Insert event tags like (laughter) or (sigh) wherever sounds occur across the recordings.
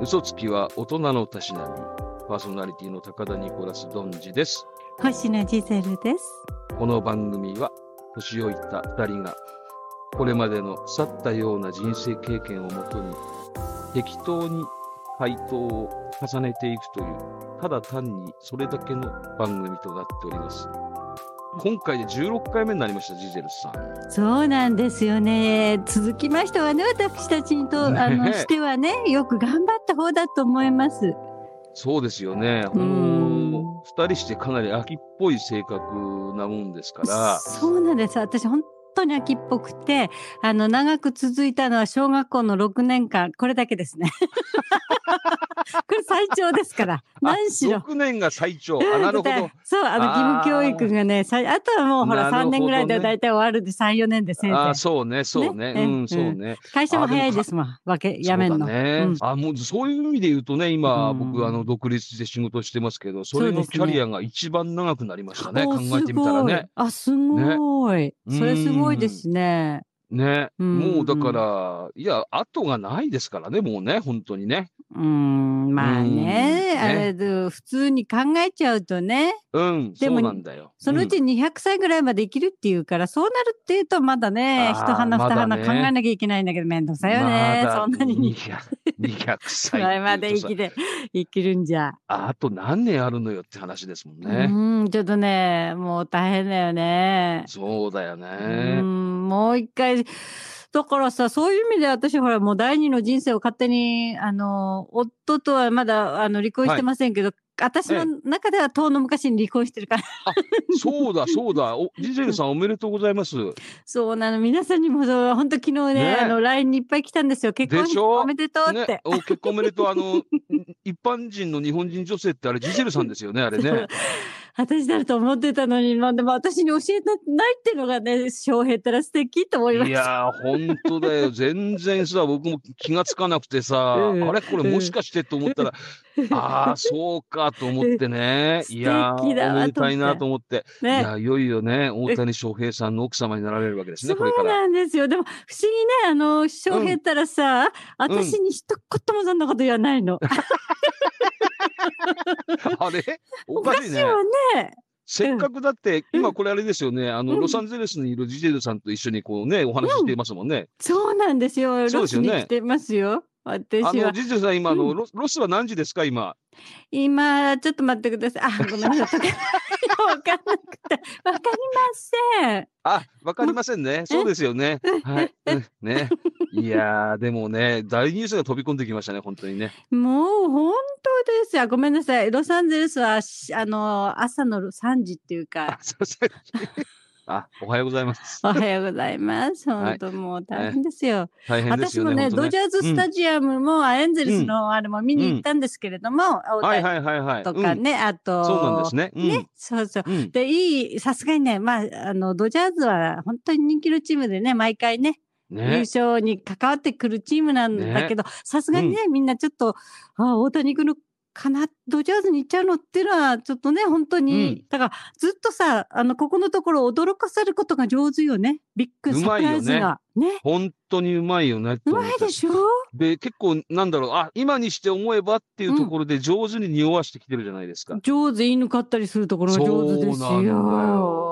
嘘つきは大人のたしなみ。パーソナリティの高田ニコラス・ドンジです。星野ジゼルです。この番組は、年老いた二人が、これまでの去ったような人生経験をもとに、適当に回答を重ねていくという、ただ単にそれだけの番組となっております。今回で16回目になりました、ジゼルさん。そうなんですよね。続きましたわね。私たちにと、ねえあのしてはね、よく頑張った方だと思います。そうですよね。ほうんんと二人してかなり秋っぽい性格なもんですから。そうなんです。私本当に秋っぽくて、あの長く続いたのは小学校の6年間、これだけで (laughs) すね。これ最長ですから。何しろ。 6年が最長。あ、なるほど。そう、あの義務教育がね、さいあとはもうほならるほどね3年ぐらいで大体終わるんで3、4年でせいぜあそうね、そうね。ねうん、ねそうね。い。会社も早いですもん、わけ、やめんその。うだねうんあ、もうそういう意味で言うとね、今、うん僕、あの、独立して仕事してますけど、それそうのですキねャリアが一番長くなりましたね。お考ーえてみたらね。すごい。あ、すごい。ねそれすごいですね。ね。うんもうだから、いや、後がないですからね、もうね、本当にね。うーん、まあね。うんあれ、で普通に考えちゃうとね、うん、でそもうなんだよ。そのうちうん200歳ぐらいまで生きるっていうから、そうなるっていうとまだね、あ一ー花ま二だ花ね考えなきゃいけないんだけど、めんどくさいよね。まだそんなに200 200 200歳 (laughs) って歳いうまでと生さきて、生きるんじゃ。ああと何年あるのよって話ですもんうね。ーん、ちょっとね、もう大変だよね。そうだようねー。んもう一回。だからさ、そういう意味で私ほらもう第二の人生を勝手に、あの、夫とはまだあの離婚してませんけど、私の中では遠の昔に離婚してるから、 (laughs) そうだ、そうだ。お、ジジェルさんおめでとうございます。そうなの、皆さんにもそう、本当昨日ね、ねあの、LINE にいっぱい来たんですよ。結婚でしょおめでとうっねて。、お結婚おめでとう。あの、 (laughs) 一般人の日本人女性ってあれ、ジジェルさんですよね、あれ (laughs) ね。私だと思ってたのに、まあでも私に教えてないっていうのがね、翔平ったら素敵と思いまいした。やー、本当だよ。全然さ、僕も気がつかなくてさ、うんあれこれもしかしてと思ったら、ああ、そうかと思ってね。 (laughs) 素い敵やだわと思ってー、おめでたいなと思って。い (laughs) ね。や、いよいよね、大谷翔平さんの奥様になられるわけですね、これそかうら。なんですよ。でも、不思議ね、あの、翔平ったらさ、ん私に一言もそんなこと言わな (laughs) いの。あれおおかかししいいね。わね。せっかくだって、うん今これあれですよね。あの、うんロサンゼルスにいるジジェルさんと一緒にこうね、お話ししていますもんね。そうなんですよ。そうロですスよねに来てますよ。私あの、は。ジジェルさん、今、あうの、んロロスは何時ですか、今。今、ちょっと待ってく (laughs) ださい。あ、ごめんなさい。わかんなくて。わかりません。あ、わかりませんね。そうですよね。はい。うんね。いやー、でもね、大ニュースが飛び込んできましたね、本当にね。もう本当ですよ。ごめんなさい。ロサンゼルスは、しあの、朝の3時っていうあ (laughs) か、、すいません。あ、おはようございますお。はようございます。はい本当もう大変ですよ。大変です私よもね。ね本当ドジャーズスタジアムも、あエンゼルスのあれも見にうん行ったんですけれども、大はい谷はいはいはい。とかうんね、あと、そうなんですね。うんね、そうそう。うん。で、いい、さすがにね、まあ、あの、ドジャーズは本当に人気のチームでね、毎回ね、優ね。勝に関わってくるチームなんだけど、さすがにね、みんなちょっと、あ大谷行くのかな、ドジャーズに行っちゃうのっていうのは、ちょっとね、本当に、だから、ずっとさ、あの、ここのところ驚かされることが上手よね。ビッグサプライズが。ね。本当にうまいよねってう思っまた。いでしょで、結構、なんだろう、あ、今にして思えばっていうところで上手に匂わしてきてるじゃないですか。上手、犬飼ったりするところが上手ですそうなんだよ。。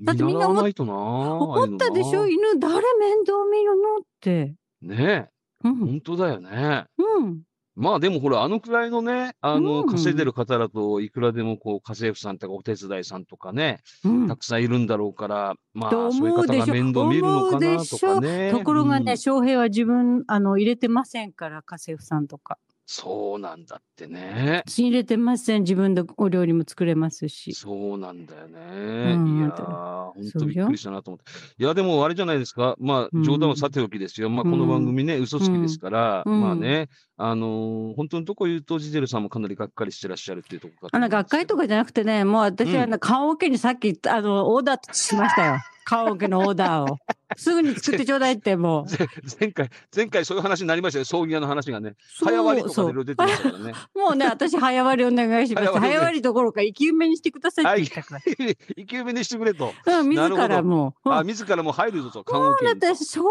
だってみん見習な思っわないとな。怒ったでしょああいう犬誰面倒見るのって。のなねえ、うん。本当だよね。うん。まあでもほら、あのくらいのね、あの、うん稼いでる方だといくらでもこう、家政婦さんとかお手伝いさんとかね、うんたくさんいるんだろうから、まあ、とそういう思う方でしょが面倒見るのかなとか思うね。ところがね、うん翔平は自分、あの、入れてませんから、家政婦さんとか。そうなんだってね。入れてません。自分でお料理も作れますし。そうなんだよね。んいやー、だから本そ当うびっよくりしたなと思って。いや、でもあれじゃないですか。まうあ、ん冗談はさておきですよ。まあ、この番組ね、嘘つきですから、うんまあね、あのー本当のとこ言うと、ジゼルさんもかなりがっかりしてらっしゃるっていうところかとあ思うの、んです学けど会とかじゃなくてね、もう私はあの、棺桶にさっき、あの、オーダーしましたよ。棺桶のオーダーを。すぐに作ってちょうだいって、もう。ぜ前回、前回そういう話になりましたよ、葬儀屋の話がね。そう (laughs) 早割りとかそいうろいろ出てましたからね。もうね、私、早割りお願いします。早割りね早割りどころか、生き埋めにしてくださいっては言いったから。、 (laughs) 生き埋めにしてくれと。うん、な自るほどらもう。うんあ、自らも入るぞと、棺だ桶っにて、翔平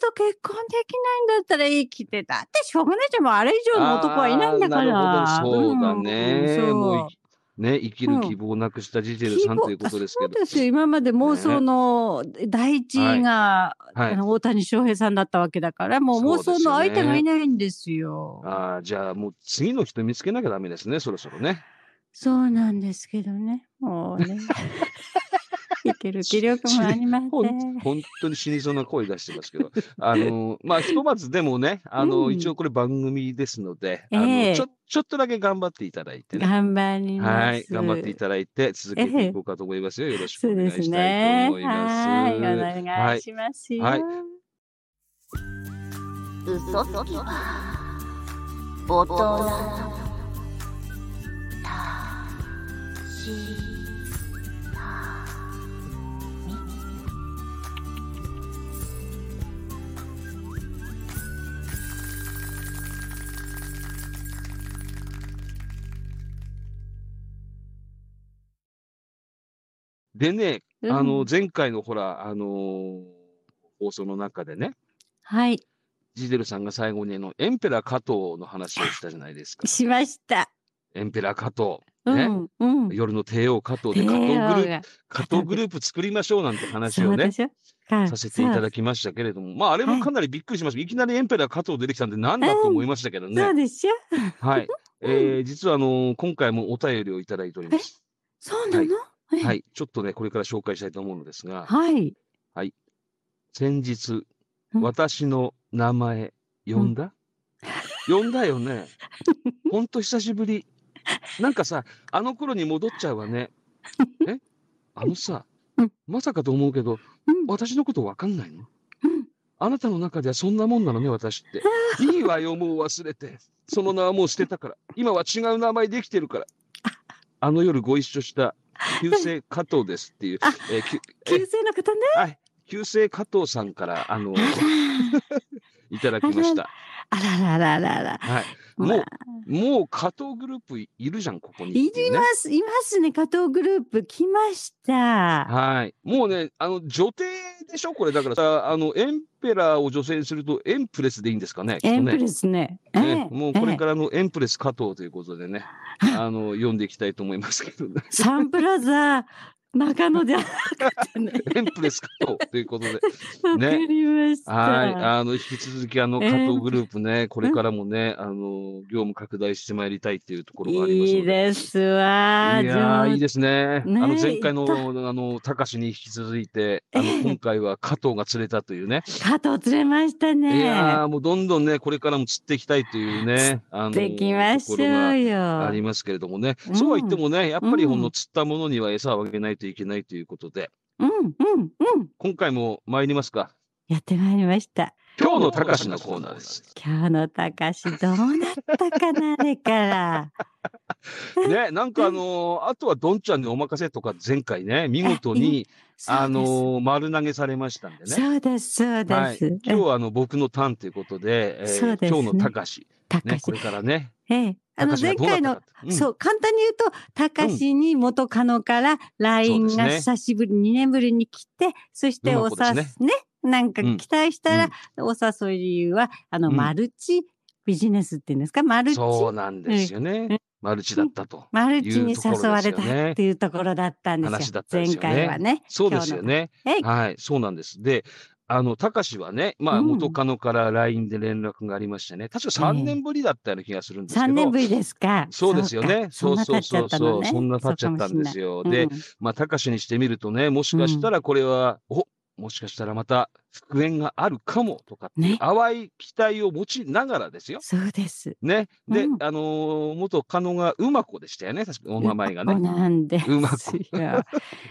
と結婚できないんだったら生きてた。って、しょうがないじゃん。もうあれ以上の男はいないんだから。あーなるほどそうだうんね。そうもういね、生きうるん希望をなくしたジジェル希さんという望こあそとですけうど。ですよ。今まで妄想の第一位が、はあい。の大谷翔平さんだったわけだから、もう妄そう想ですよのね相手がいないんですよ。あーじゃあもう次の人見つけなきゃダメですね、そろそろね。そうなんですけどね。もうね。いける気力もありませほんん。本当に死にそうな声出してますけど、あの、まあ、ひとまずでもね、あの、うん一応これ番組ですので、あえのえちょ、ちょっとだけ頑張っていただいてね。頑張ります。はい、頑張っていただいて、続けていこうかと思いますよ。よろしくそおう願いでしたすいね。と思います。はい、お願いしますよ。はい嘘つき大人たしたみでね、うんあの、前回のほら、あのー放送の中でね、はい、ジデルさんが最後にあの、エンペラー加藤の話をしたじゃないですか。しました。エンペラー加藤。うねん、うん。夜の帝王加藤で加藤グループ、加藤グループ作りましょうなんて話をね、させていただききましたけれども、まああれもかなりびっくりしました。いきなりエンペラー加藤出てきたんでなんだと思いましたけどそねう。でしょ (laughs) はい。えー実はあのー今回もお便りをいただいております。そうなのははい。い。ちょっとね、これから紹介したいと思うのですが、はい。先日、うん私の名前、呼んだ、呼んだよ (laughs) ね。ほんと久しぶり。なんかさ、あの頃に戻っちゃうわ (laughs) ね。えあのさうん、まさかと思うけど、うん私のことわかんないのうんあなたの中ではそんなもんなのね、私って。 (laughs) いいわよ、もう忘れて。その名はもう捨てたから。今は違う名前で生きてるから。あの夜ご一緒した、旧姓加藤ですっていう、えーきゅえ旧姓の方ね。はい、旧姓加藤さんからあのいただきました。あららららら。はい、まもあうもう加藤グループいるじゃんここに、いりま。す、いますね、加藤グループ来ました。はい、もうねあの女帝でしょこれだからさあのエンペラーを女性にするとエンプレスでいいんですかね。きっエとンねプレスね。ね、もうこれら。からのエンプレス加藤ということでね、あの読んでいきたいと思いますけど (laughs) ね。サンプラザー中野じゃなく (laughs) てね。エンプレス加藤という (laughs) ことで、わかりました。はい、あの引き続きあのえ加ー藤グループね、これからもね、あの業務拡大してまいりたいっていうところがありますいので。いですわ。いやーいい上ですね。ねあの前回の行あの高志に引き続いて、あのええ今回は加藤が釣れたというね。加藤釣れましたいね。やーもうどんどんねこれからも釣っていきたいというね、あのできましょところがうよあ。りますけれどもね。うんそうは言ってもね、やっぱりうんこの釣ったものには餌をあげないといけないということで、うんうんうん。今回も参りますか。やってまいりました。今日の高志のコーナーです。今日のたかしどうなったかなあれから。ね、なんかあのーあとはどんちゃんにお任せとか前回ね、見事に、あのー丸投げされましたんでね。そうですそうはでい、す。今日はあの僕のターンということで、えーそうですね今日のたかし、たかね、しこれからね、ええ、あの高志が前どうなった回のか、ってうんそう簡単に言うとたかしに元カノから LINE そうがですね久しぶり、2年ぶりに来てそしておうまさい子ですねなんかうん期待したら、お誘い理由はあの、うんマルチビジネスっていうんですかマルチそうなんですよね、うんマルチだったと、マルチいうにところです誘よねわれたっていうところだったんですよ話だったんですよね前回はね。そうですよね今日のはいそうなんですであのたかしはね、まあ、うん元カノから LINE で連絡がありましてね、確か3年ぶりだったような気がするんですけ3ど、年ぶりですか。そうですよねそうかそそんなう経っちそゃうったそのうね。そんな経っちゃったんですよ。ようんで、まあたかしにしてみるとねもしかしたらこれは、おもしかしたらまた復縁があるかもとかっていうね淡い期待を持ちながらですよそうです。ね。で、うんあのー元カノがうま子でしたよね。確かお名前がねう。ま子なんですよ。うま子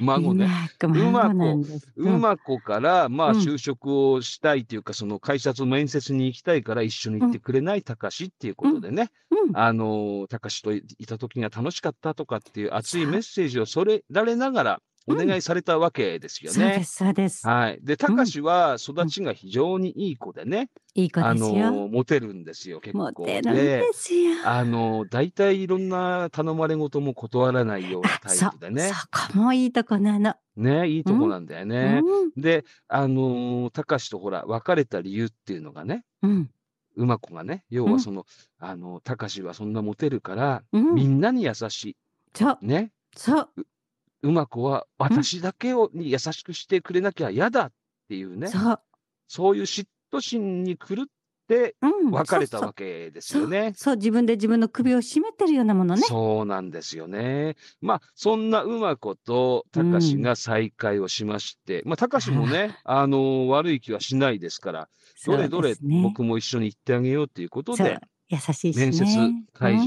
孫ね。うまうまく孫くなんです。うま子から、まあ、うん就職をしたいというか、その会社と面接に行きたいから一緒に行ってくれないたかしっていうことでね、うんあのー、たかしといた時が楽しかったとかっていう熱いメッセージをそれられながら、お願いされたわけですよそうでね。す、そうです。はい。で、たかしは育ちが非常にいい子でね、いい子あですよ。の、モテるんですよ、結構。モテるんですよ。あの、大体いろんな頼まれ事も断らないようなタそイうプで、ね。そこもいいとこなの。ね、いいとこなんだよね。うんで、あのー、たかしとほら、別れた理由っていうのがね、うん、馬子がね、要うはんその、あの、たかしはそんなモテるから、うみん、んなに優しそう、い。ね。そう、馬子は私だけをに優しくしてくれなきゃ嫌だっていうね、そう、そういう嫉妬心に狂ってうん、別れたそうわけですよね。そう、自分で自分の首を絞めてるようなものね。そうなんですよね。まあ、そんなうまことたかしが再会をしまして、まあ、たかしもね、あのー悪い気はしないですから、どれどれそうですね僕も一緒に行ってあげようということそでう、優しいしね。面接会う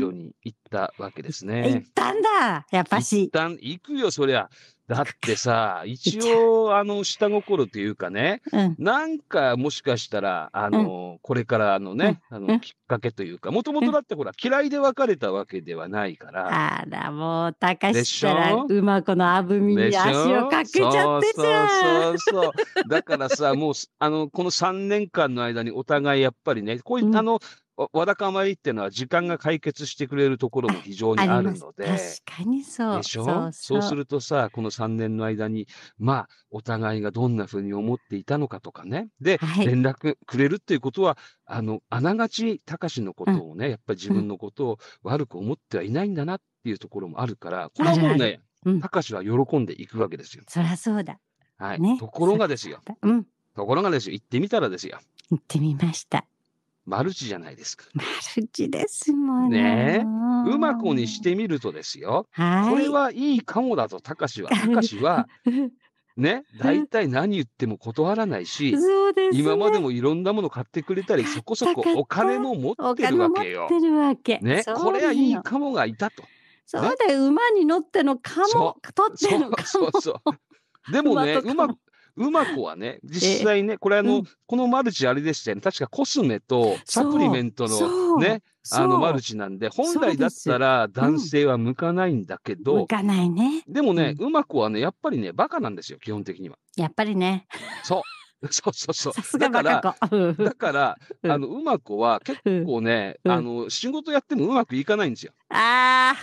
場んに行ったわけです行っね。たんだ、やっぱ一し。旦行くよ、そりゃ。だってさ、 (laughs) 一応、あの、下心というかね、うん、なんかもしかしたら、あの、これからのね、あの、うんきっかけというか、もともとだってほら、嫌いで別れたわけではないから、あら、もう、たかでししかょら、うまこのあぶみでにしょ足をかけちゃってじゃん。そうそうそうそう。だからさ、もう、あの、この3年間の間にお互いやっぱりね、こういったあの、わわだかまりっていうのは時間が解決してくれるところも非常にあありるます。ので。確かにそう。でしょそうそうするとさ、この3年の間に、まあ、お互いがどんなふうに思っていたのかとかね。で、はい連絡くれるっていうことは、あの、あながち、たかしのことをね、やっぱり自分のことを悪く思ってはいないんだなっていうところもあるから、これはもうあるあねうん、たかしは喜んでいくわけですよ。そりゃそうだ。はい。ねところがですよ。うん、ところがですよ。行ってみたらですよ。行ってみました。マルチじゃないですか。マルチですもんねえもううまこにし。てみるとですよ。はい。これはいいかもだと、たかしは。たかしは、ね、大体何言っても断らないし、 (laughs) そうです、ね。今までもいろんなもの買ってくれたり、そこそこお金も持おって金るわ持っけよ。てるわけ。ね、そうこれはいいなのかもがいたと。そうだよ、馬に乗ってのかもそ、取ってそのうかそも。うそう。でもね、馬とうかまもく、うま子はね、実際ね、これあの、うんこのマルチあれでしたよね。確かコスメとサプリメントのそうね、そうあ (laughs) のマルチなんで、本そう来ですだったら男性は向かないんだけ向ど、かないね。でもね、うま子はね、やっぱりね、バカなんですよ、基本的には。 (laughs) やっぱりね。そう。そうそうそう。さすがだかバら、カ子。うんだから、うんあの、うま子は結うん構ね、うんあの、仕事やってもうまくいかないんですよ。あ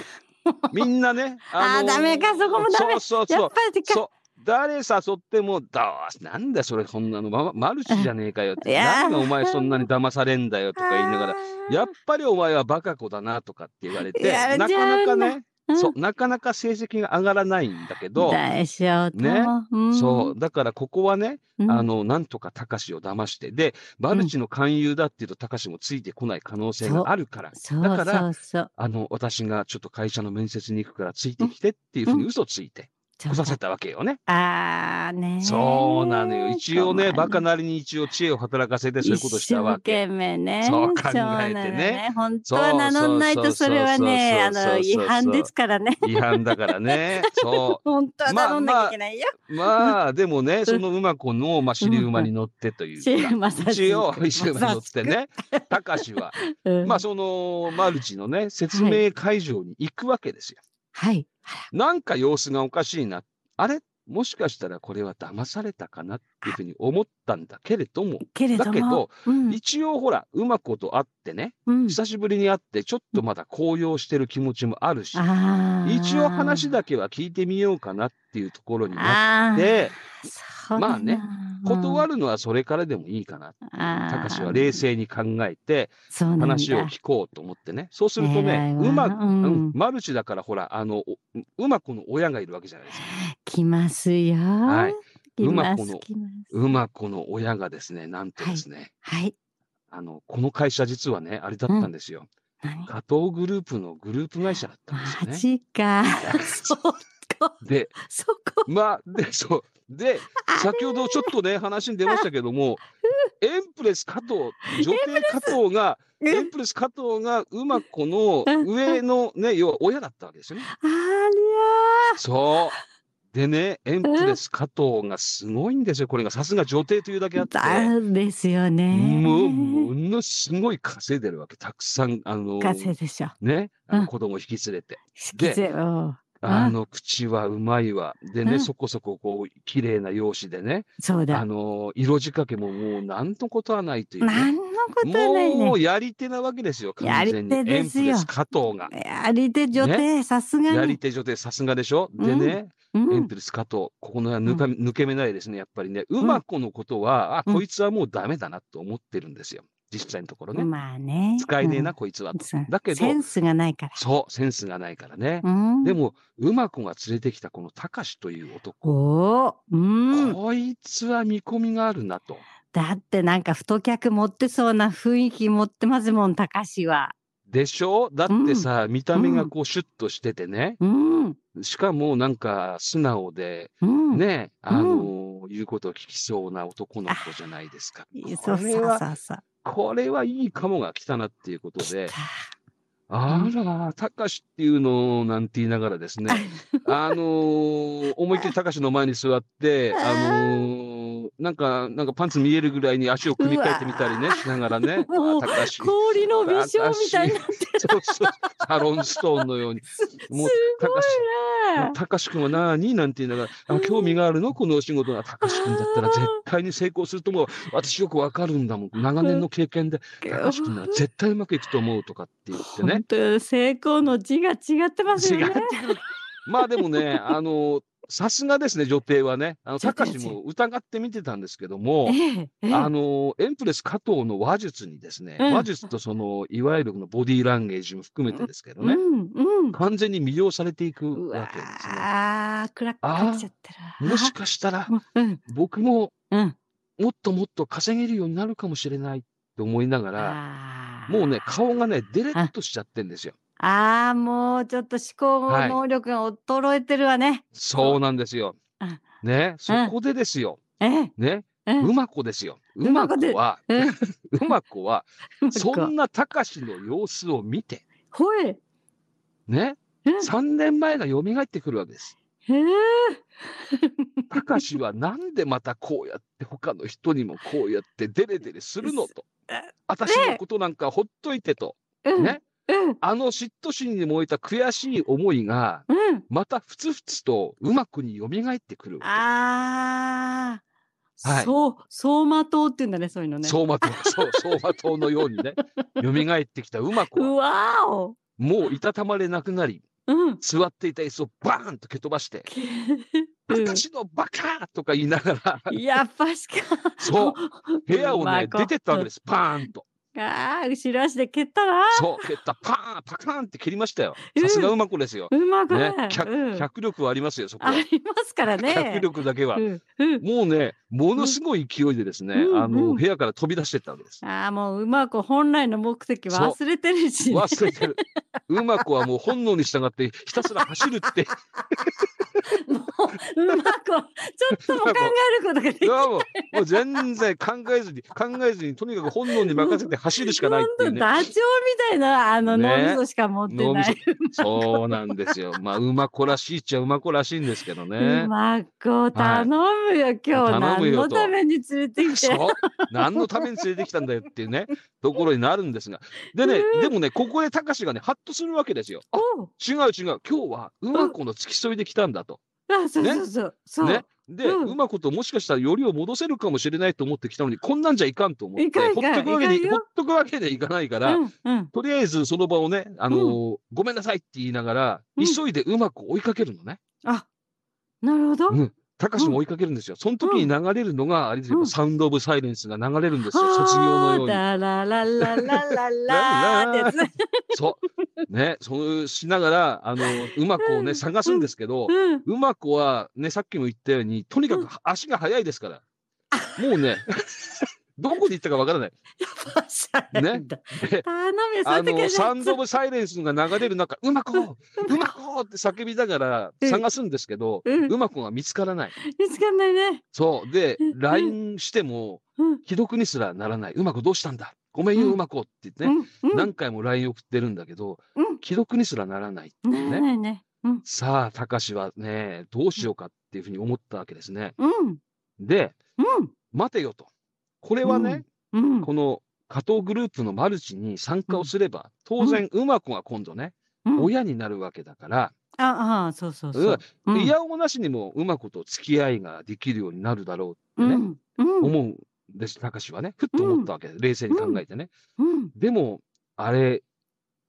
みんなね。あーダメかそこもダメそうそうあ、やそっう。ぱりか。そう。誰誘っても、だわ、なんだよそれ、そんなの、ま、マルチじゃねえかよって。いなやーんでお前そんなに騙されんだよとか言いなが (laughs) ら、やっぱりお前はバカ子だなとかって言われて、いやなかなかーじゃあね、ぱそう、なかなか成績が上がらないんだけど、大将とねも。うんそう、だからここはね、うんあの、なんとかたかしを騙して、で、マルチの勧誘だっていうと、たかしもついてこない可能性があるから、そうだからそうそう。あの、私がちょっと会社の面接に行くからついてきてっていうふうにうん嘘ついてちょ来っさとせたわけよね。ああね。そうなのよ。一応ね、バカなりに一応知恵を働かせてでそういうことしたわけ。一生懸命ね。そう考えてねそうなのよ本当は名乗んないとそれはね、あそうそうそうそうの違反ですからね。違反だからね。 (laughs) そ本当は名乗んなきゃいけないよ。う。まあ、でもね、その馬子の、まあ、尻馬に乗ってというシェーか。マサ一応、尻馬に乗って。ね、たかしは、うんまあ、その、マルチのね、説明会場に行くわけですよ。はい。なんか様子がおかしいな。あれもしかしたらこれは騙されたかなっていうふうに思ったんだけれども、けれどだけもど、、うん一応ほら、馬子と会ってね、うん久しぶりに会って、ちょっとまだ高揚してる気持ちもあるし、あー一応話だけは聞いてみようかなっていうところになあっーて、そうだなまあね断るのはそれからでもいいかな。たかしは冷静に考えて、話を聞こうと思ってね。そうするとね、うま、く、ううんん、マルチだからほら、あの、おうま子の親がいるわけじゃないですか。来ますよ。はい。来うままこすの来ます。うま子の親がですね、なんとですね、はい。あの、この会社実はね、あれだったんですよ。何加藤グループのグループ会社だったんですよマね。ジか。そこ、で、そこ。まあ、で、そう。で、先ほどちょっとね、話に出ましたけども、エンプレス加藤、女帝加藤が、エンプレス加藤が馬子の上のね、要は親だったわけですよね。ありそう。でね、エンプレス加藤がすごいんですよ。これがさすが女帝というだけあゃって。だですよね。もう、ものすごい稼いでるわけ。たくさん、あの、ガセでしょ。ね、あのうん子供引き連れて。引きずる。あの、口はうまいわ。でうんね、そこそここう、綺麗な容姿でね、そうあだ。の、色仕掛けももうなんとことはないというね。何のことはないもねう。やり手なわけですよ、完やり全に。手ですよエンプレス加藤が。やり手女帝、さすがやりに。手女帝さすがでしょでね、うエンん。プレス加藤。ここの辺は抜か抜け目ないですね、やっぱりね。馬子のことは、あ、うんこいつはもうダメだなと思ってるんですよ。実際のところね。まあね。使えねえな、うん。こいつは。そうだけどセンスがないから。そう、センスがないからね。うん。でも、馬子が連れてきたこの高志という男。おーうん。こいつは見込みがあるなと。だってなんか太客持ってそうな雰囲気持ってますもん、高しは。でしょだってさ、見た目がこうシュッとしててね。うん。しかもなんか素直で、うん。ね、んあのー言うことを聞きそうな男の子じゃないですか。そうこれそうは、そうそう。これはいいカモが来たなっていうことで、来たあら、たかしっていうのなんて言いながらですね、あのー思いっきりたかしの前に座 (laughs) って、あのーなんか、なんかパンツ見えるぐらいに足を組み替えてみたりね、うわーしながらね、 (laughs) もうたかし。氷の微笑みたいになってる。そうそう、サロンストーンのように。すもうすごいなたかし君は何なんて言いながら、あ興味があるのこのお仕事が。たかし君だったら絶対に成功すると思う。私よくわかるんだもん。長年の経験で、たかし君なら絶対うまくいくと思うとかって言ってね本。当成功の字が違ってますよ違ねって。くる。まあでもね、あの、さすがですね、女帝はね。あの、たかしも疑って見てたんですけども、ええええあの、エンプレス加藤の話術にですね、うん話術とその、いわゆるこのボディーランゲージも含めてですけどうね、んうん。完全に魅了されていくうわわけですあ、暗くあーなっちゃってね。る。もしかしたら、あうん僕もうん。もっともっと稼げるようになるかもしれないって思いながら、あーもうね、顔がね、デレッとしちゃってんですよ。ああ、もうちょっと思考はい能力が衰えてるわね。そうなんですよあ。ね、そこでですよ。ええね、ええうま子ですよ。う馬ま子で子は、ええ (laughs) うま子 (laughs) は、そんな。なたかしの様子を見て、ほい。ね、え3年前が蘇ってくるわけです。ええたかしはなんでまたこうやって他の人にもこうやってデレデレするのとえ。私のことなんかほっといてと。うんね、うんあの嫉妬心に燃えた悔しい思いが、うん。またふつふつとうまくに蘇ってくる。ああ、はいそう、走馬灯っていうんだね、そういうのね。相馬灯、そう、相馬灯のように (laughs) ね、蘇ってきたうまくうは、わーお。もういたたまれなくなり、うん。座っていた椅子をバーンと蹴飛ばして、う私のバカーとか言いながら、ん、やっぱしか。。そう、部屋をね、出てったわけですす。バーンと。ああ、後ろ足で蹴ったな。そう、蹴った、パーン、パカーンって蹴りましたよ。うんさすがうまくですよ。うまくねね、、脚うん、脚力はありますよ、そこあは。りますからね。脚力だけはう。ん、うん。もうね、ものすごい勢いでですね、うんあうの、ん部屋から飛び出してったわけです。ああ、もううまく本来の目的そう忘れてるし、ね。忘れてる。うま子はもう本能に従ってひたすら走る (laughs) って。もううまく、ちょっとも考えることができいやもうもう全然考えずに、考えずに、とにかく本能に任せて走るしかないっていう本当ね。ダチョウみたいなあのね脳みそしか持って脳みなそい。そうなんですよ。まあ、うま子らしいっちゃうま子らしいんですけどうね。まく頼むよ、今日頼む何よのとために連れてきて。そう何のために連れてきたんだよっていう (laughs) ね、ところになるんですが。でね、でもね、ここでたかしがね、ハッとするわけですよ。あおう違う違う、今日はうま子の付き添いで来たんだと。あ、そうねそうそう。そうね。で、うんうまこともしかしたらよりを戻せるかもしれないと思ってきたのに、こんなんじゃいかんと思って、いかんいほかんっとくわけでいかんよほっとくわけでいかないから、うんうん。とりあえずその場をね、あのーごめんなさいって言いながら、うん急いでうまく追いかけるのね。あ、なるほど。うんたかしも追いかけるんですよ。その時に流れるのが、あれですよ、うんサウンド・オブ・サイレンスが流れるんですよ、卒業のように。あーだららららららーってやつね。そう。ね、そうしながら、あのーうまくをうね、ん探すんですけど、うん。うまくはね、さっきも言ったように、とにかうくん足が速いですから、もう (laughs) ね、どこで行ったかわからない。馬車なんだね頼むよ、そういあう時の、はサンド・オブ・サイレンスが流れる中、うまこうまこって叫びながらうん探すんですけど、うんうまこが見つからない。見つかんないね。そう。でうん、 LINE してもうん、既読にすらならない。うまこどうしたんだごめんよ、うんうまこって言うってね。んうん何回も LINE 送ってるんだけどうん、既読にすらならないっていうなね。らないね。うん。さあ、たかしはね、どうしようかっていうふうに思ったわけですね。うん。で、うん。待てよと。これはね、うん。この加藤グループのマルチに参加をすれば、当然、うまこが今度ね、うん親になるわけだから、ああ、そうそうそう。ういやおもなしにもうまこと付き合いができるようになるだろううってね、ん、うん、思うんです、高志はね。ふっと思ったわけで、冷静に考えてね。うん、でも、あれ、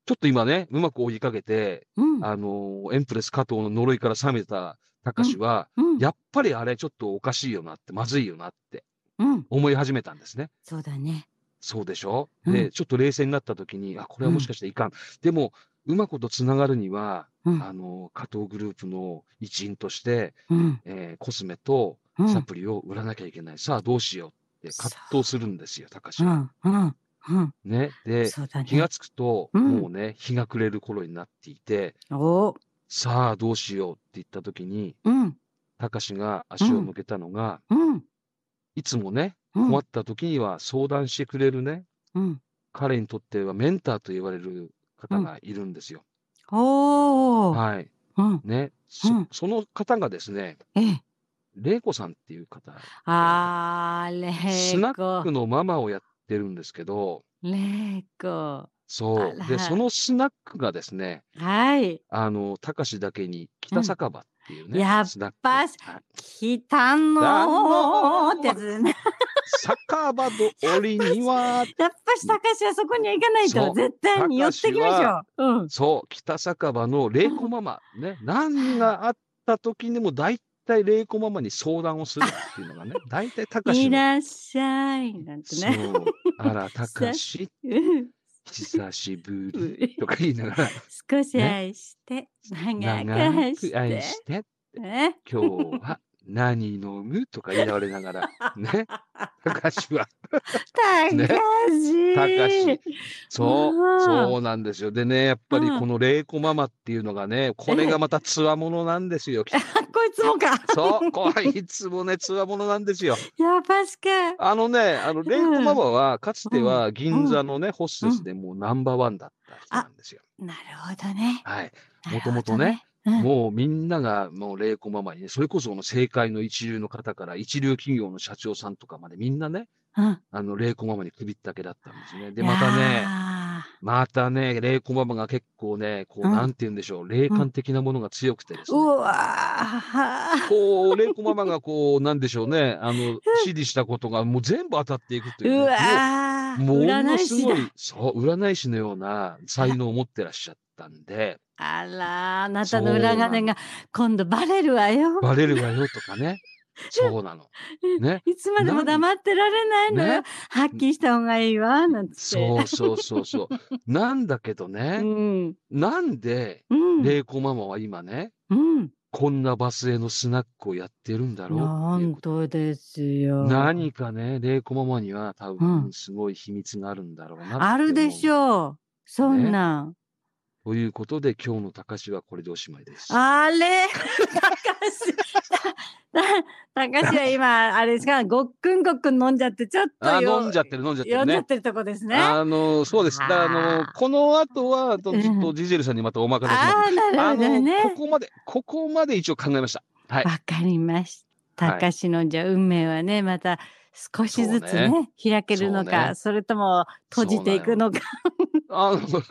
ちょっと今ね、うまく追いかけて、うん、あのーエンプレス加藤の呪いから覚めた高志は、うん、やっぱりあれちょっとおかしいよなって、まずいよなってうん、思い始めたんですね。そうだね。そうでしょ、うんで、ちょっと冷静になった時に、あ、これはもしかしていかん。でも、うまことつながるには、うんあ、の、加藤グループの一員として、うん、えーコスメとうん、サプリを売らなきゃいけない。さあ、どうしようって葛藤するんですよ、高う橋は。ん、うん、うん、ね。で、そうだ気ねが。つくと、うんもうね、日が暮れる頃になっていて、お、さあ、どうしようって言った時に、うん、高志が足を向けたのが、うん、いつもね、うん、困った時には相談してくれるね、うん、彼にとってはメンターと言われる方がいるんですよ。おお、はい。うん、ね。そうんその方がですね、ええ、玲子さんっていう方、あー、レスナイックコ、のママをやってるんですけど、レイコ、そあう。らで、そのスナックがですね、はい、あの、たかしだけに北酒場っていうね、うんやっぱスナック。しはい来ただののーってやつだね。酒場通りには、やっぱし、高橋はそこには行かないそと、う絶対に寄ってきましょう。うん。そう、北酒場の玲子ママ、ね、何があった時にも大体玲子ママに相談をするっていうの (laughs) がね、大体たかしいの。らっしゃい。なんてそね。う。あら、たかし、うん久しぶ (laughs) うり。んとか言いながら、少し愛して、長く愛しく愛て。して、ね今日は何飲むとか言われながら、ね、高橋は、高橋、ね高橋。そうう、んそうなんですよ。でね、やっぱりうんこの玲子ママっていうのがね、これがまたつわものなんですよ。きっとこいつもか。 (laughs) そう、これいつもね、つわものなんですよ。い (laughs) や、確かに。あのね、あの、玲子ママは、かつては銀座のね、ホステうんスでもうナンバーワンだった人なんですよ。なるほどね。はい。なるほどもともとね。うんもうみんなが、もう玲子ママにね、それこそこの政界の一流の方から、一流企業の社長さんとかまでみんなね、うん。あの、玲子ママに首ったけだったんですよね。で、いやーまたね、またね、霊子ママが結構ね、こう、うんなんて言うんでしょう、霊感的なものが強くてですね。うわー。こう、霊子ママがこう、なんでしょうね、あの、指示したことがもう全部当たっていくといううね、わー。もうも占のいす師ごだ。い、そう、占い師のような才能を持ってらっしゃったんで、あら、あなたそのうな裏金が今度バレるわよ。バレるわよとか (laughs) ね、そうなの。ね。いつまでも黙ってられないのよ。ね。はっきりした方がいいわ、なんつって。そうそうそう (laughs) そう。なんだけどね、ん。なんで、うん。霊子ママは今ね、うん。こんなバスへのスナックをやってるんだろうなっていうんことですよ。何かね、レイコママには多うん分すごい秘密があるんだろうなって思う、あるでしう。ょう。そんなん。ということで、今日の高しはこれでおしまいです。あれ高し。た高しは今、あれですか、ごっくんごっくん飲んじゃって、ちょっとあよ飲んじゃってる、飲んじゃって酔るんじゃっね。てるとこですね。ああの、そうです。だからああのー、この後は、とうんちょっとジゼルさんにまたお任せします。あー、なあるほどの、ね。ここまで、ここまで一応考えました。はい。わかりました。はい高しのじゃ運命はねまた少しずつねそう開けるのそうかねそ,、れとも閉じていくのかあの、 (laughs)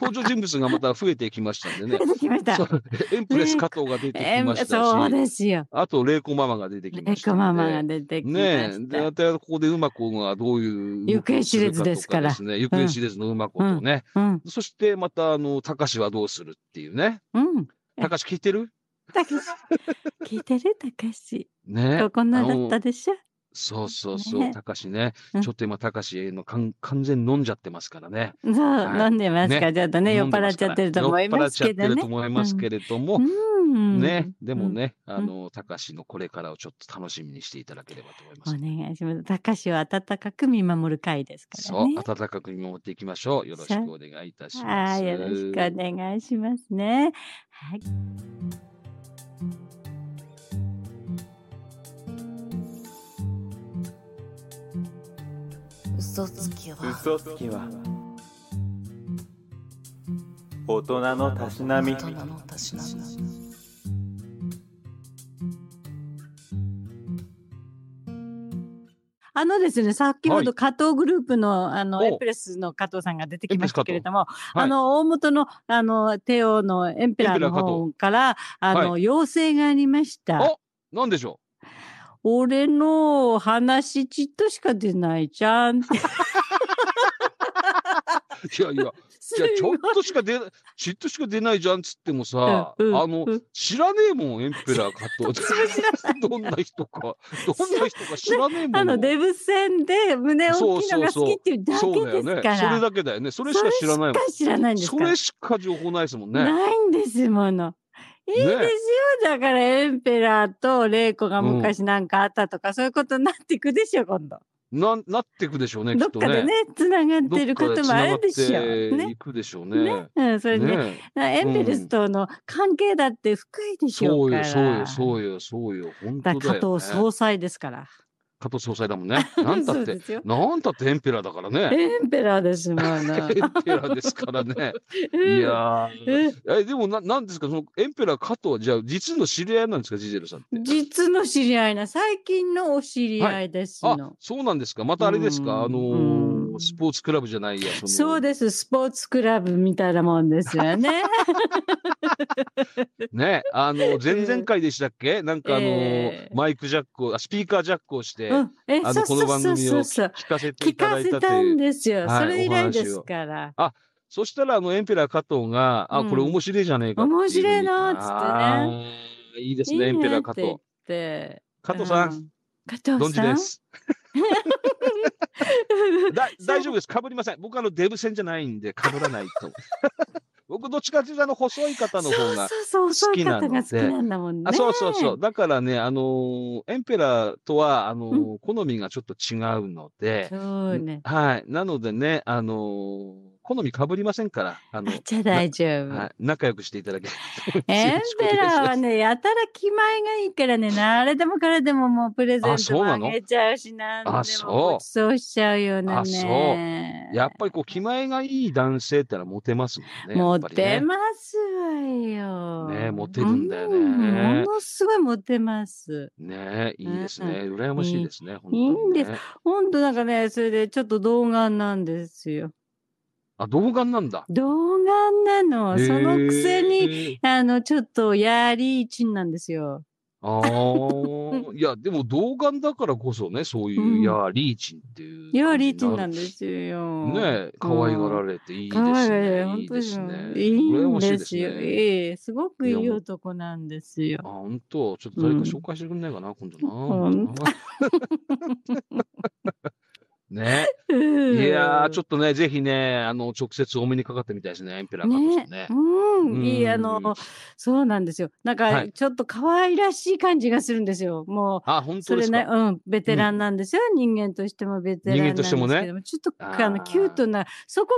登場人物がまた増えてきましたんでね。出てきましたそ。うエンプレス加藤が出てえきましー、たそうし、ですよ。あと、レイコママが出てきレまイしたコんで。ママが出てきまねえ、しで、た。あとはここで馬子がどういう動きをするかとか行方知れずですからね、行方知れずの馬子とね、うんそしてまたあの、高志はどうするっていうね。うん。高志聞いてるたけし聞いてるたけし。ねこ。こんなだったでしょ。そうそうそねう、高志ねうん。ちょっと今、高志のかん完全に飲んじゃってますからね。そう、はい飲んでますか、ちょっとね酔飲っんでま払っすちかゃっらてると思いますけ酔っ払っちゃってどるねと。思いますけれども、うん。ね。でもね、あうんの、高志のこれからをちょっと楽しみにしていただければと思いまおす。願いします。たかしは温かく見守る会ですからそうね、。温かく見守っていきましょう。よろしくお願いいたしまはす。い、よろしくお願いしますね。はい。嘘つきは嘘つきは大人のたしなみ大人のたしなみ改あのですね、先ほはいど加藤グループの、あおの、エプレスの加藤さんが出てきましたけれども、はいあの、大元の、あの、帝王のエンペラーの方から、あの、は要請がありました。おなんでしょ俺の話ちっとしか出ないじゃ (laughs) んって。ういやいや、すいやごちょっいとしか出な、ちっとしか出ないじゃんっつってもさ、うんうんあのう、ん知らねえもん、エンペラー加 (laughs) 藤。 (laughs) どんな人か、どんな人か知らねえもん。 (laughs) あの、デブ戦で胸大きいのが好きっていうだけそうだよですね。から。それだけだよね。それしか知らないもん。それしか知らないんですそかられ。しか情報ないですもんね。ないんですもの。いいですよ、ねだからエンペラーと玲子が昔なんかあったとか、そういうことになっていくでしょ今度、な、なっていくでしょうね、きどっっとかでね。ねつながっどてることもあるでしょうね。ねいくでしょうねね。うん、それで、ね、ねエンペレスとの関係だって深いでしょそううかよ、らそうよ、そうよ、そうよ。本だ当かだらよ、加藤ね。総裁ですから加藤総裁だもんね。なんだっ (laughs) そうてで、すよなんだってエンペラーだからね。エンペラーですもの (laughs) エンペラーですからね。 (laughs) うんいやー。うんえ、でもな、なんですか、そのエンペラー加藤は、じゃあ、実の知り合いなんですか、ジゼルさんって。実の知り合いな最近のお知り合いですの、あ、そうなんですか。またあれですか、うんあのうー、んスポーツクラブじゃないや、そのそうです。スポーツクラブみたいなもんですよね。ね、あの、前々回でしたっけなんかあのー、えーマイクジャックを、あスピーカージャックをして、うん、え、あのそうこそのう番そう組そをうそう。聞かせてい聞ただかいたせとたいんう。ですよ。はいそれ以お話来をですから。そしたら、あの、エンペラー加藤が、あ、うんこれ面白いじゃねえかってうふうに。面白いなっつってねあーいいですね、エンペラー加いいね藤っ。て加言って藤さ、うん加どん藤じさんで。す。だ大丈夫です。かぶりません。僕あのデブ戦じゃないんで、かぶらないと。 (laughs) 僕どっちかというとあの細い方の方が。そうそうそう、好そうきいうなので方が好きなんだもんね。あそうそうそう。。だからね、あのーエンペラーとは、あのー好みがちょっと違うので、そうね。はい。なのでね、あのー好みかぶりませんから、あのあ、じゃあ大丈は夫。い、仲良くしていただければ (laughs) エよンろしくおペ願いラしーますはね、やたら気前がい (laughs) いからね、誰でも彼でももうプレゼンあトそうもなあのげちゃうし、なんであもそうごちそうしちゃうようなあそう (laughs) ね。やっぱりこう、気前がいい男性ってのはモテますもんね。やモっぱりねテますわよ。ねモテるんだよねうんものすごいモテます。ねいいですね。羨ましいですね。本当いいんにでね。ほんとなんかね、それでちょっと童顔なんですよ。あ、童顔なんだ。童顔なの。そのくせに、に。あの、ちょっとやりちんなんですよ。あ (laughs) あ、いや、でも童顔だからこそね、そういう、うんいや、リーチンっていう。やりちんなんでですよ。ねえ、可愛がられていいでかわいすいね。本いい当でですすよね。いい羨んましいでですすよ。ね。ええ、すごくいいいやもう男なんですよあ、。本当、ちょっと誰か紹介してくんないかな、今ほん度な。 (laughs) ね、いいやー、ちょっっとね、ぜひね、あの、直接お目にかかってみたいですね、エンペラーカットさねんね。うん、いい、あうのん、そうなんですよ。なんはか、いちょっと可愛らしい感じがするんですよ。もあ、本う、そ当でれすね、か。うん、ベテランなんですよ。人間としてもベテランなんですけど人間としてもちょっと、あーあの、キュートな、そこ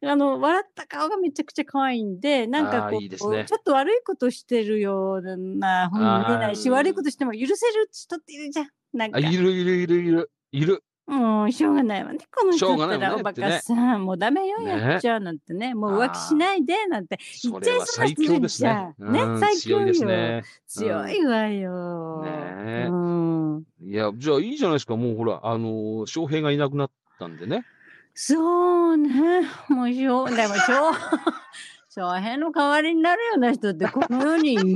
がね、あの、笑った顔がめちゃくちゃ可愛いんで、なんあかーこう、いいですねちょっと悪いことしてるような、本に見えないし、あー悪いことしても許せる人っているじゃん。なんあ、か、いるいるいるいる。いる。もう、しょうがないわね。このしょ人うがなだいもんねだったら、おっバてねカさん、もうダメよ、ねやっちゃうなんてね、もう浮気しないで、なんて。それは最強ですね。言っちゃいそうな人いるじゃんうんね最強強いよですね。強いわよ。ねえうん。いや、じゃあいいじゃないですか。もうほら、あのー翔平がいなくなったんでね。そうね。もうしょう、でもしょう、 (laughs) 翔平の代わりになるような人ってこの世にいる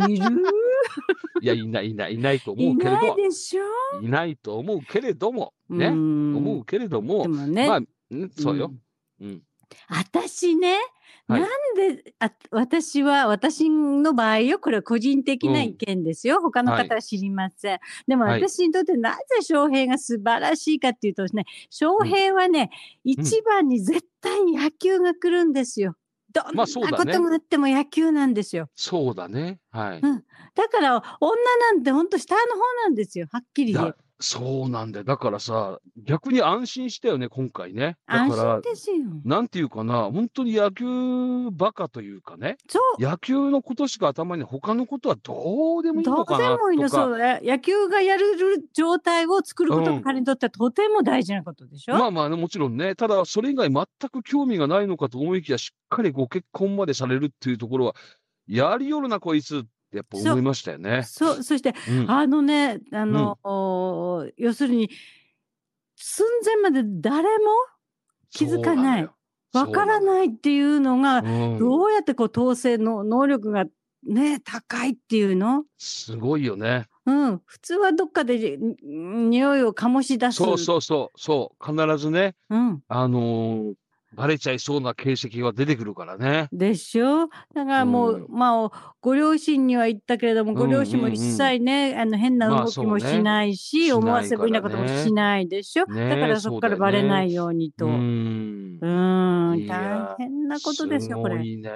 いや、いない、いない、いないと思いうけれないど、でしょいないと思うけれども、ね、思思うけれどでも、もね、まあ、んそうよ。うん。私ね、はいなんであ私は私の場合よこれは個人的な意見ですよ、他の方は知りません、でもはい私にとってなぜ翔平が素晴らしいかっていうとですね翔平はね、一番に絶対に野球が来るんですよ。どんまなあそうだねこともあっても野球なんですよ。そうだね。はい。だから女なんて本当下の方なんですよ。はっきり言えだそうなんだよ。だからさ、逆に安心したよね、今回ね。だ安から心、ですよ。なんていうかな、本当に野球バカというかね、そう。野球のことしか頭に、他のことはどうでもいいどのうでかなもいいのとかそうだ野球がやれる状態を作ることうんが彼にとってはとても大事なことでしょ、まあまあね、もちろんね、ただそれ以外全く興味がないのかと思いきや、しっかりご結婚までされるっていうところは、やりよるな、こいつってやっぱそ思ういましたよね。そうそしてうんあのねあの、お要するに寸前まで誰も気づかないわからい。ないっていうのが、うんどうやってこう統制の能力がね、高いっていうのすごいよね。うん。普通はどっかでん匂いを醸し出す。そうそうそう、そう、必ずね、うん。あのーバレちゃいそうな形跡が出てくるからね。でしょだからもうう、まあ、ご両親には言ったけれども、ご両親も一切ね、あの変なまあ動きもそうねしないし、しない思わせぶりなこともからねしないでしょ、ねだからそこかそらうだバよねレないようにと。ううーん、ん。いや大変なことですよ、すごこれ。いね。いや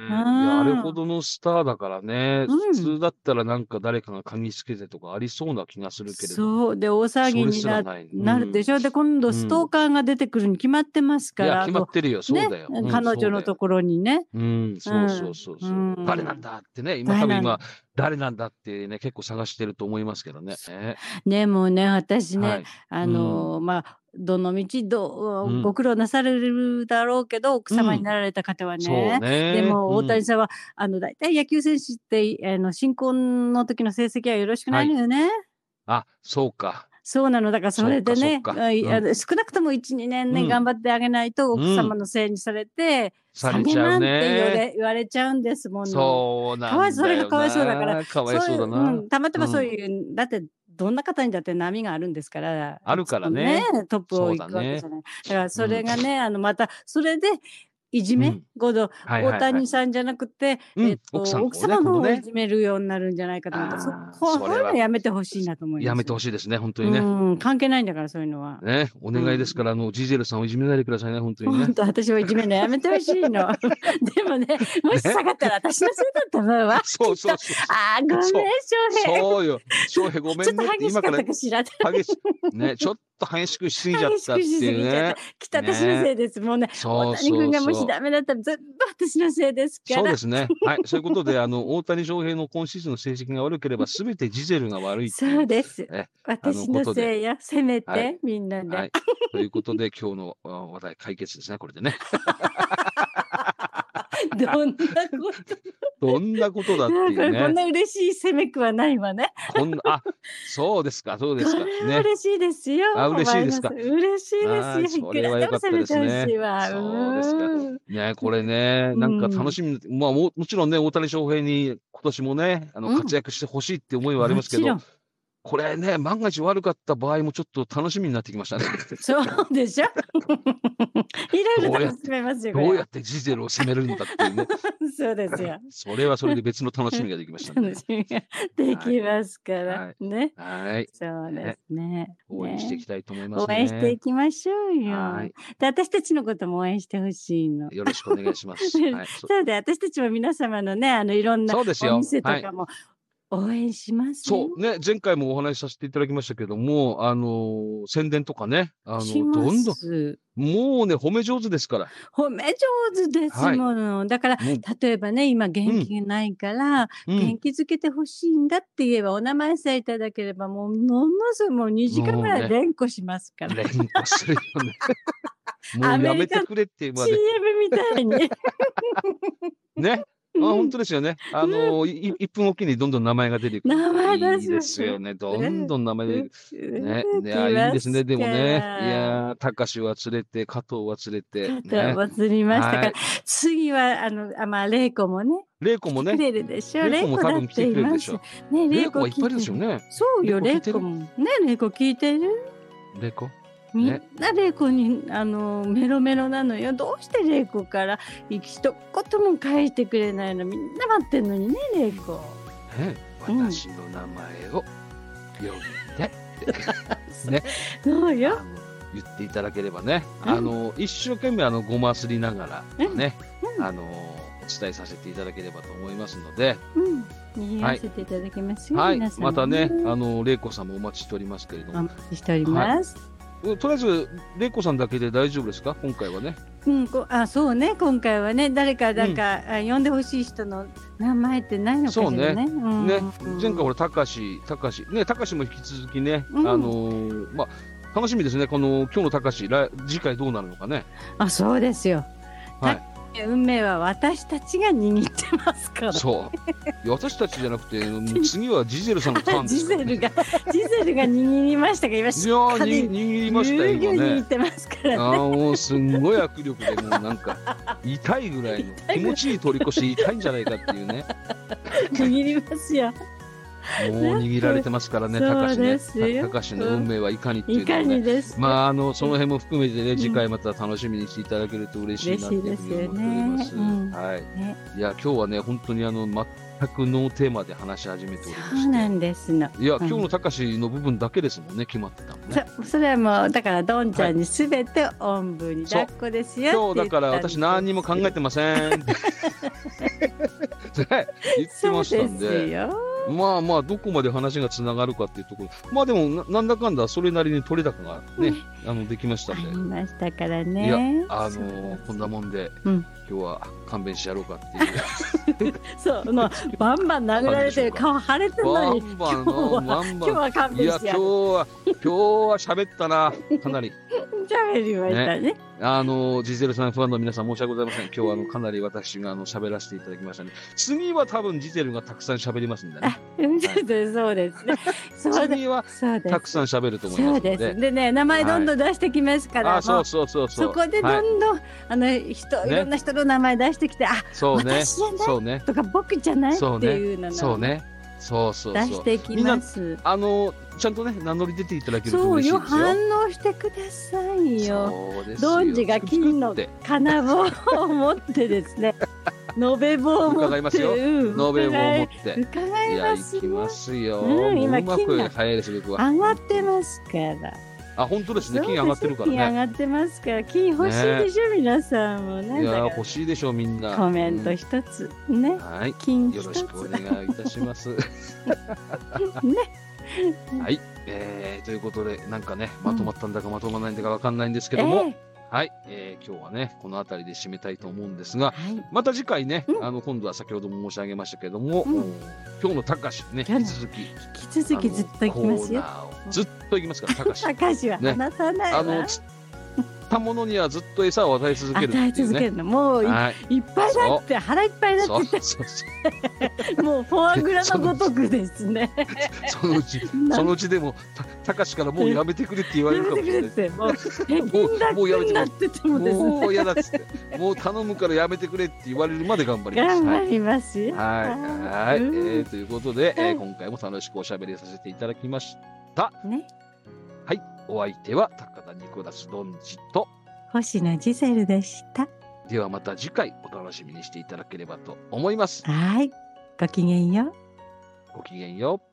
んあれほどのスターだからね、うん普通だったらなんか誰かが鍵つけてとかありそうな気がするけれど。そう。で、大騒ぎそれにすならっないなるでしょ、で今う度んストーカーが出てくるに決まってますうんかいやら、決まってるよ、そうだよ。ねうん彼女のところにね。うん、そうそうそうそう、うん誰なんだってね、今多誰な分ん今、誰なんだってね、結構探してると思いますけどね。ねねもうね私ね、はい、あのーまあどの道どううんご苦労なされるだろうけど、奥様になられた方はそうね。ね。でも大谷ささんは、あの大体野球選手ってあの新婚の時の成績はよろしくないのよね。ん、あ、そうか。そうなのだからそれでねそっかそっかあいうんあの少なくとも12年ね、うん頑張ってあげないと奥様のせいにされて、さ詐れ欺ちゃなうんて言わね。れ言われちゃうんですもの。そうなんだよな。かわいそれがかわいそうだから。かわいそうだな。いうんたまたまそういう、だってどんな方にだって波があるんですからあるからねいつもトップを行そうくだわねけじゃないだ,、からそれがね、あのまたそれでいじめ、うん今度はいはいはい大谷さんじゃなくて、うんえっと奥さんの方ね奥様の方今度をねいじめるようになるんじゃないかと思って、あーそこそそれはういうのやめてほしいなと思いますやめてほしいですね、本当にね。うん、関係ないんだからそういうのは、ね、お願いですから、あの、ジゼルさんをいじめないでくださいね、本当にね本。当私はいじめるのやめてほし (laughs) いのでもねもし下がったら私のせいだったのはそうそうそう。あーごめん翔そう平そうよ。翔平ごめちょんっねっとて。激し今かかっらたかしら。激しい。ね、ちょっと激しくしすぎちゃったって激しくしすいぎうちゃねった。きっと私のせいです。もうね、そ大うそう谷そう。君がもしダメだったら全部私のせいですかそうらで。すね。はい。そういうことで、あの、大谷翔平の今シーズンの成績が悪ければ、すべてジゼルが悪いっていうそうですえ。私のせいや、せめはていみんなはで。い。ということで、今日のあ話題解決ですね、これでね。どんなこと。どんなことだっだていからこうんね。 (laughs) な嬉しいせめくはないわね。こんな、あ、そうですか、そうですか。これはね。嬉しいですよ。あ嬉しいですかお前の嬉しいあーですよ。そいくれは良らでかもったせでめすてねほしいわ。そうですかうんね、これね、なんか楽しみ、まあも、もちろんね、大谷翔平に今年もね、あうのん活躍してほしいって思いはありますけもちろど、んこれね、万が一悪かった場合もちょっと楽しみになってきましたね。そうで (laughs) しょいろいろどうや楽しめますよ。どうやっってジゼルを攻めるんだっていうね、そうですよ。それはそれで別の楽しみができましたね楽。しみができますから、はね。はい、そうですね。応援していねきたいと思いますね。応援していきましょうよ、はい、で、私たちのことも応援してほしいの。よろしくお願いします。ねはい、そそうで、私たちも皆様のね、あのいろんなそうですおよ。店とはいかも応援しますよ。そうね、前回もお話しさせていただきましたけども、あのー宣伝とかね、あのしーますどんどん、もうね、褒め上手ですから、褒め上手ですもの、だからもう例えばね今元気がないから、うん元気づけてほしいんだって言えばお名前さえいただければもうものすごいもう2時間ぐもらういね連呼しますから、連呼するよ (laughs) ね。もアうメやリカめてくれっていうま CM で。みたい (laughs) に。ね。あ本 (laughs) 当ですよね。あのー、い1分おきにどんどん名前が出てくる。名前出しまいすいですよね。どんどん名前出てくる。ねね、いやいいですね。でもね。いやー、たかしは連れて、加藤は連れて。ね。忘りましたから、はい次はあのあまあ玲子もね玲子もね。来れるでしょ玲子も多だ分っ来てていくれるまでしすょ。ね玲子はいっぱいいるん聞てですよね。そうよ玲玲子聞いてる子もね玲子聞いてる玲子。みねんな玲子にあのメロメロなのよどうして玲子から一言も返してくれないのみんな待ってるのにね玲子ね。うん私の名前を呼ん (laughs) で。そうよあの言っていただければね、うんあの一生懸命あのごますりながらうんね、うんあのお伝えさせていただければと思いますので、うん言わせていただきますよ、はい皆、さんまたね、あの玲子さんもお待ちしておりますけれどおも、待ちしております、うんとりあえず玲子さんだけで大丈夫ですか、今回はね。うん、こあそうね今回はね誰かなんか、あ呼んでほしい人の名前ってないのかしらね。ねうんね前回ほら、たかし、たかし、ね、たかしも引き続きね、うんあのまあ。楽しみですね、この今日のたかし、来次回どうなるのかね。あそうですよ。はたい、いや運命は私たちが握ってますから。そう。私たちじゃなく (laughs) て、次はジゼルさんのターンでジすかゼら、ルね。が、ジゼルが握りましたが、今、いしやっーかり、に、握りましたよ、ぎゅうぎゅう今握っね。てますからね。あーもうすんごい握力で、もうなんか、痛いぐらいの、気持ちいい取り越し痛いんじゃないかっていうね。握りますよ。もう握られてますからね、そう高橋そうですね。よ高橋の運命はいかにっていいうのかをねにです。まあ、あの、その辺も含めてね、ん次回また楽しみにしていただけると嬉しいなっていうふうに思っております。嬉しいですよねうんはい。ね、いや、今日はね、本当にあの、全くノーテーマで話し始めておりまそうして。なんですの。いや、うん今日の高橋の部分だけですもんね、決まってたのね。そそれはもうだからどんちゃんにすべておんぶに抱っこですよ今日って言だったんですよ、から私何にも考えてません。ね (laughs) 言ってましたんそうですで、よまあまあどこまで話がつながるかっていうところ、まあでもななんだかんだそれなりに取れ高がね、あのできましたあんりで、ましたかいらやねあのこんなもんで、うん今日は勘弁してやろうかっていう。 (laughs) そう (laughs) そうもうバンバン殴られてる顔腫れてるバのにン今バ日ンのはバン今日バは勘ン。い弁やして今や日るは今日は喋ったなかなり。喋りましたねあの、ジゼルさんファンの皆さん申し訳ございません。今日はあのかなり私があの喋らせていただきましたね。次は多分ジゼルがたくさん喋りますんでね。うんそうですそうですねそうで次はそうでたすくさん喋ると思いそますうので。ですでね名前どんどん出してきますから、あ、もそううそうそうそう。そこでどはい、んどん、あの人いねろんな人の名前出してきて、あそうね。私じゃないそうね。とか僕じゃないってそうねいうのそうをね。そうそう出そしう。てきます。あの、ちゃんとね、名乗り出ていただけるとそう嬉しいよ、ですよ。反応してくださいよ。そうですよ。ドンジが金の作って金棒を持ってで (laughs) すね、延べ棒を持って、伺いますようんノーベルを持っ伺いて。伺いいや、ます行きよま。すよ。うんもう今うま金くが早いです、僕は。上がってますから。あ、本当ですね。金上がってるからそうです金上ね。がってますから、金欲しいでしょ、皆さんもね。いや、だか欲しいでしょう、みんらな。コメントうん一つ、ね、はい。金一よつ。ろしくお願いいたします。ね、えーということで、なんかね、まとまったんだかまとまらないんだかわかんないんですけどえも、えはい、えー今日はね、この辺りで締めたいと思うんですが、はい、また次回ね、うんあの、今度は先ほども申し上げましたけども、うん今日の高橋ね、今引日のき続き、引き続きずっと行きますよ。あのコーナーをずっと行きますから、高橋。高 (laughs) 橋はね離さないわ。あの、釣ったものにはずっと餌を与え続ける与えっていう続けね。るの、もういはい。いっぱいだって腹いっぱいだそうっそうそう。そてもうフォアグラのごとくですね。の (laughs) うち、そのうちでも、た高橋からもうやめてくれって言われやるかめもてしくれれない。ってもう平もう均だもうやめてくけにれなっててもですもね。う嫌だっつって、もう頼むからやめてくれって言われるまで頑張ります。頑は張い。りますよ。はい、はい、えうんーということで、えーうん今回も楽しくおしゃべりさせていただきました。ね、はい、お相手は高田ニコラスドンジと、星野ジゼルでした。ではまた次回お楽しみにしていただければと思います。はい、ごきげんよう。ごきげんよう。